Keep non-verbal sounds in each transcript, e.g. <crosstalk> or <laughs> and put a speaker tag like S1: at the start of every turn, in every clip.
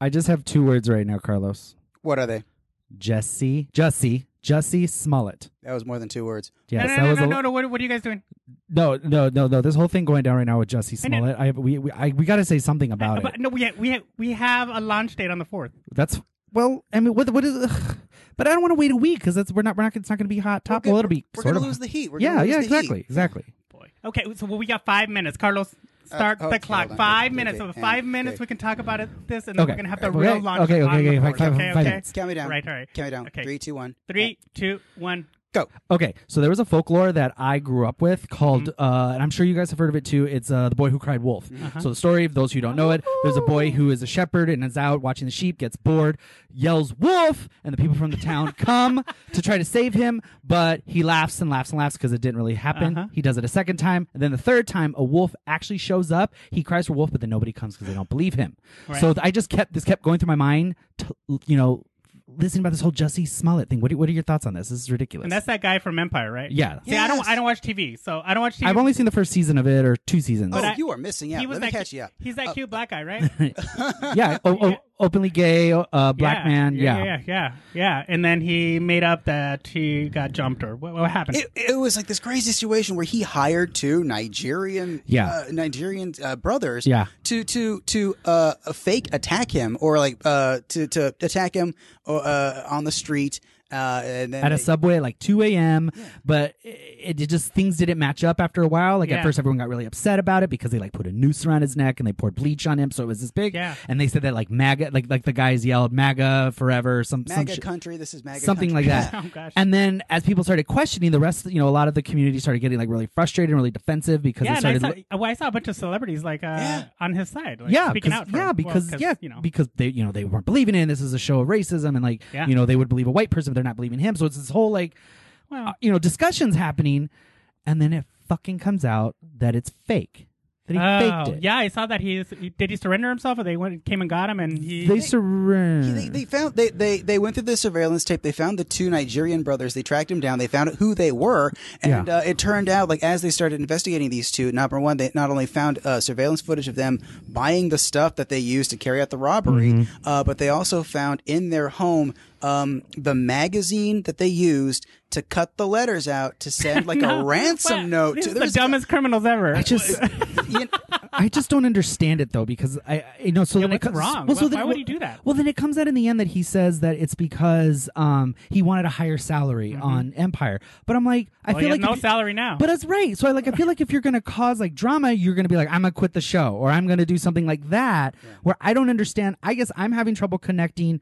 S1: I just have two words right now, Carlos.
S2: What are they?
S1: Jesse, Jesse, Jesse Smollett.
S2: That was more than two words.
S1: Yes,
S3: no,
S1: that
S3: no, no,
S1: was
S3: no,
S1: a-
S3: no, no. What, what are you guys doing?
S1: no, no, no, no. This whole thing going down right now with Jesse
S3: I know.
S1: Smollett. I, have, we, we, I, we got to say something about
S3: Uh, But-
S1: it.
S3: no, we have, we have, we have a launch date on the fourth.
S1: That's well. I mean, what, what is? ugh. But I don't want to wait a week because that's we're not, we're not. It's not going to be hot top.
S2: gonna-
S1: well, it'll be
S2: We're
S1: sort
S2: gonna
S1: of.
S2: lose the heat. We're
S1: yeah,
S2: gonna lose
S1: yeah,
S2: the heat.
S1: exactly, exactly.
S3: Boy. Okay, so well, we got five minutes. Carlos, start
S2: Uh, okay,
S3: the clock.
S2: hold on.
S3: Five
S2: Okay,
S3: minutes.
S2: okay,
S3: so five
S2: and-
S3: minutes,
S2: okay.
S3: we can talk about it. This, and then
S1: Okay.
S3: we're gonna have the
S1: Okay,
S3: real launch.
S1: okay,
S3: on
S1: okay,
S3: the
S1: okay,
S3: fourth.
S1: five-
S3: okay,
S1: five
S3: okay.
S1: minutes.
S2: Count me down.
S3: Right, all right.
S2: Count me down.
S3: Okay.
S2: Three, two, one.
S3: Three, two, one.
S2: Go.
S1: Okay, so there was a folklore that I grew up with called,
S3: Mm-hmm.
S1: uh, and I'm sure you guys have heard of it too. It's uh, the boy who cried wolf.
S3: Uh-huh.
S1: So the story, of those who don't know it, there's a boy who is a shepherd and is out watching the sheep, gets bored, yells wolf, and the people from the
S3: <laughs>
S1: town come to try to save him, but he laughs and laughs and laughs because it didn't really happen.
S3: Uh-huh.
S1: He does it a second time, and then the third time, a wolf actually shows up. He cries for wolf, but then nobody comes because they don't believe him. So th- I just kept this kept going through my mind, t- you know. Listening about this whole Jesse Smollett thing. What, do- what are your thoughts on this? This is ridiculous.
S3: And that's that guy from Empire, right?
S1: Yeah.
S3: See, I don't,
S2: Yes.
S3: I don't watch TV, so I don't watch TV.
S1: I've only seen the first season of it or two seasons.
S2: Oh,
S3: I-
S2: you are missing out.
S3: he was
S2: Let me
S3: that
S2: catch
S3: cu-
S2: you up.
S3: He's that
S2: Uh,
S3: cute black guy, right?
S1: yeah, o- o- openly gay, uh, <laughs> black man. Yeah.
S3: yeah, yeah, yeah, yeah. And then he made up that he got jumped, or what, what happened?
S2: It, it was like this crazy situation where he hired two Nigerian,
S1: Yeah.
S2: uh, Nigerian uh, brothers,
S1: Yeah.
S2: to to to uh, fake attack him or like uh, to to attack him uh, on the street. Uh, and then
S1: At
S2: they-
S1: a subway at like 2 a.m., but it, it just things didn't match up after a while. Like
S3: Yeah.
S1: at first, everyone got really upset about it because they like put a noose around his neck and they poured bleach on him, so it was this big.
S3: Yeah.
S1: And they said that like MAGA, like like the guys yelled MAGA forever, or some some
S2: MAGA
S1: shit-
S2: country. This is MAGA
S1: something
S2: country.
S1: like that.
S3: <laughs> Oh, gosh.
S1: And then as people started questioning, the rest, you know, a lot of the community started getting like really frustrated and really defensive because
S3: yeah,
S1: they
S3: and I
S1: started
S3: saw, well, I saw a bunch of celebrities like uh, on his side, like,
S1: yeah,
S3: speaking
S1: because,
S3: out. For,
S1: yeah,
S3: well,
S1: because yeah,
S3: you know,
S1: because they you know they weren't believing in this is a show of racism and like
S3: Yeah.
S1: you know they would believe a white person but they're not believing him so it's this whole like
S3: well,
S1: uh, you know discussions happening and then it fucking comes out that it's fake that he
S3: Oh,
S1: faked it
S3: Yeah, I saw that he did. He surrender himself, or they went came and got him, and he.
S1: they surrender
S3: Hmm.
S2: They, they found they, they they went through the surveillance tape. They found the two Nigerian brothers. They tracked them down. They found out who they were, and
S1: Yeah.
S2: uh, it turned out like as they started investigating these two, number one, they not only found uh, surveillance footage of them buying the stuff that they used to carry out the robbery,
S3: Mm-hmm.
S2: uh, but they also found in their home um, the magazine that they used to cut the letters out to send
S3: <laughs>
S2: like a ransom
S3: Well,
S2: note.
S3: these
S2: to,
S3: are the dumbest criminals ever.
S1: I just
S2: <laughs>
S3: <laughs>
S2: you know,
S1: I just don't understand it though because I I- you know so then
S3: what's
S1: it comes,
S3: wrong?
S1: Well, so
S3: Why-
S1: then,
S3: why would
S1: well-
S3: he do that?
S1: Well, then it comes out in the end that he says that it's because um he wanted a higher salary on Empire. But I'm like I
S3: Mm-hmm. Well,
S1: feel
S3: he has
S1: like
S3: no
S1: if-
S3: salary now.
S1: But that's right. So I like I feel like if you're gonna cause like drama, you're gonna be like I'm gonna quit the show or I'm gonna do something like that where I don't understand. I guess I'm having trouble connecting.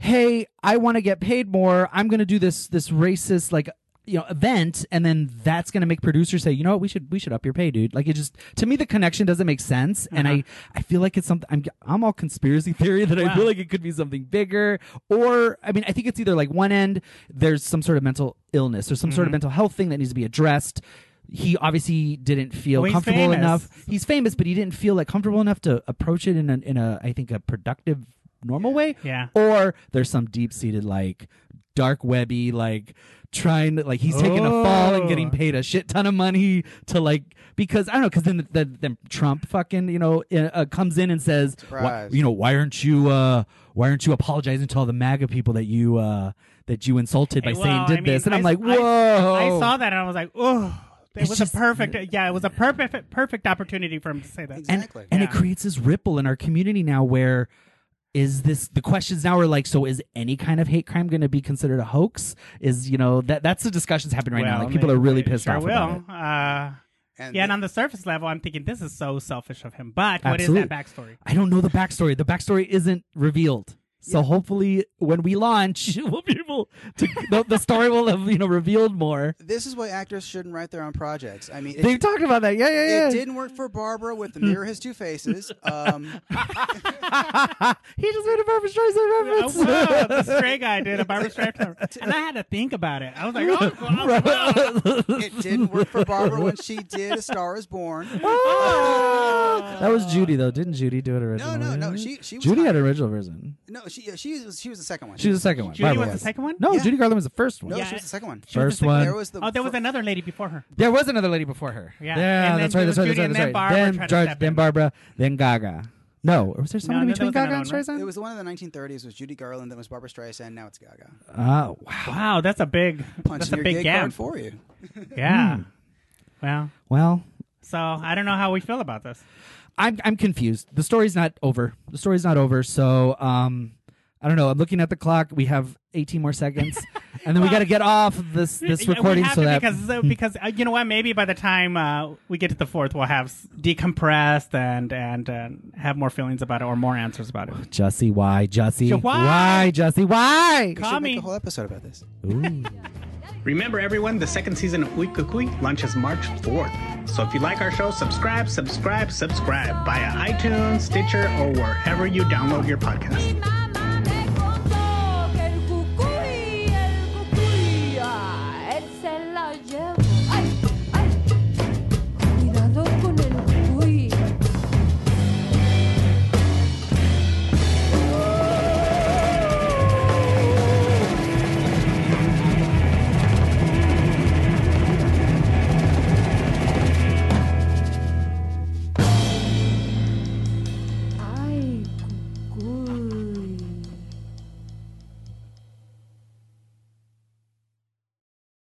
S1: Hey, I want to get paid more. I'm gonna do this this racist like you know event and then that's going to make producers say you know what we should we should up your pay dude like it just to me the connection doesn't make sense and i i feel like it's something i'm i'm all conspiracy theory that i feel like it could be something bigger or i mean i think it's either like one end there's some sort of mental illness or some
S3: Mm-hmm.
S1: sort of mental health thing that needs to be addressed he obviously didn't feel
S3: Well, he's
S1: comfortable
S3: famous.
S1: enough he's famous but he didn't feel like comfortable enough to approach it in a in a i think a productive normal way
S3: Yeah.
S1: or there's some deep seated like dark webby like trying to like he's taking a fall and getting
S3: Oh.
S1: paid a shit ton of money to like because I don't know because then the, then Trump fucking you know uh, uh, comes in and says why,
S2: Surprise.
S1: you know why aren't you uh why aren't you apologizing to all the MAGA people that you uh that you insulted by
S3: Well,
S1: saying did
S3: I mean,
S1: this and
S3: I
S1: I'm like
S3: s- I-
S1: whoa
S3: I, saw that, and I was like, oh, it
S1: Oh. It's
S3: was
S1: just-
S3: a perfect. Yeah, it was a perfect, perfect opportunity for him to say that.
S2: Exactly.
S1: and, and it
S3: Yeah.
S1: creates this ripple in our community now where is this the questions now are like so is any kind of hate crime going to be considered a hoax is you know that that's the discussions happening right now
S3: Well,
S1: like people
S3: they-
S1: are really
S3: they
S1: pissed
S3: sure
S1: off
S3: will.
S1: about it
S3: Uh,
S2: and
S3: yeah, and
S2: the-
S3: on the surface level, I'm thinking this is so selfish of him. But
S1: Absolute.
S3: what is that backstory?
S1: i don't know the backstory the backstory isn't revealed so hopefully when we
S3: <laughs>
S1: launch we'll be able to <laughs> the, the story will have you know revealed more
S2: this is why actors shouldn't write their own projects. I mean, it,
S1: they've talked about that yeah yeah yeah
S2: it didn't work for Barbara with
S1: Hmm.
S2: the mirror has two faces. Um,
S1: <laughs> he just made a Barbra Streisand
S3: Oh,
S1: reference
S3: wow, the
S2: <laughs>
S3: stray guy did a Barbara Streisand, and I had to think about it. I was like, oh, wow, wow. <laughs>
S2: it didn't work for Barbara when she did A Star
S1: <laughs>
S2: Is Born.
S1: <laughs> that was Judy though. Didn't Judy do it
S2: No,
S1: originally?
S2: no, no. She she was
S1: Judy had
S2: hired-
S1: an original version.
S2: no. She she was she was the second one.
S1: She was the second one.
S3: Judy
S1: Barbara
S3: was the second one.
S1: No,
S2: Yeah.
S1: Judy Garland was the first one.
S2: no,
S3: Yeah.
S2: she was the second one.
S3: She was
S1: First
S3: the second-
S1: one.
S2: There was the
S3: Oh, there was
S2: fir-
S3: another lady before her.
S1: There was another lady before her.
S3: Yeah.
S1: yeah
S3: And
S1: that's
S3: then
S1: right.
S3: it
S1: That's
S3: was
S1: right.
S3: Judy
S1: That's
S3: and
S1: right.
S3: then Barbara
S1: That's right.
S3: tried
S1: Then
S3: to step
S1: George,
S3: in.
S1: then Barbara, then Gaga. No, or was there someone
S3: no,
S1: in
S3: there
S1: between
S3: was another
S1: Gaga and
S3: one, right?
S1: Streisand?
S2: It was the one in the 1930s was Judy Garland, then was Barbara Streisand, now it's Gaga.
S1: oh wow.
S3: Wow, that's a big
S2: Punching
S3: that's a
S2: your
S3: big
S2: gig
S3: gap.
S2: card Hmm. for you.
S3: Yeah. Well,
S1: Well,
S3: so I don't know how we feel about this.
S1: I'm I'm confused. The story's not over. The story's not over. So um, I don't know. I'm looking at the clock. We have 18 more
S3: <laughs>
S1: seconds, and then we got to get off this this
S3: We
S1: recording
S3: have
S1: so
S3: to
S1: that
S3: because
S2: Hmm.
S3: uh, because uh, you know what? Maybe by the time uh, we get to the fourth, we'll have s- decompressed and and uh, have more feelings about it or more answers about it.
S1: Jussie, why Jussie,
S3: Ju- why?
S1: why Jussie, why?
S2: We should
S3: me.
S2: make a whole episode about this.
S1: Ooh.
S4: Remember, everyone, the second season of Uy Kukui launches March 4th. So if you like our show, subscribe, subscribe, subscribe via iTunes, Stitcher, or wherever you download your podcast.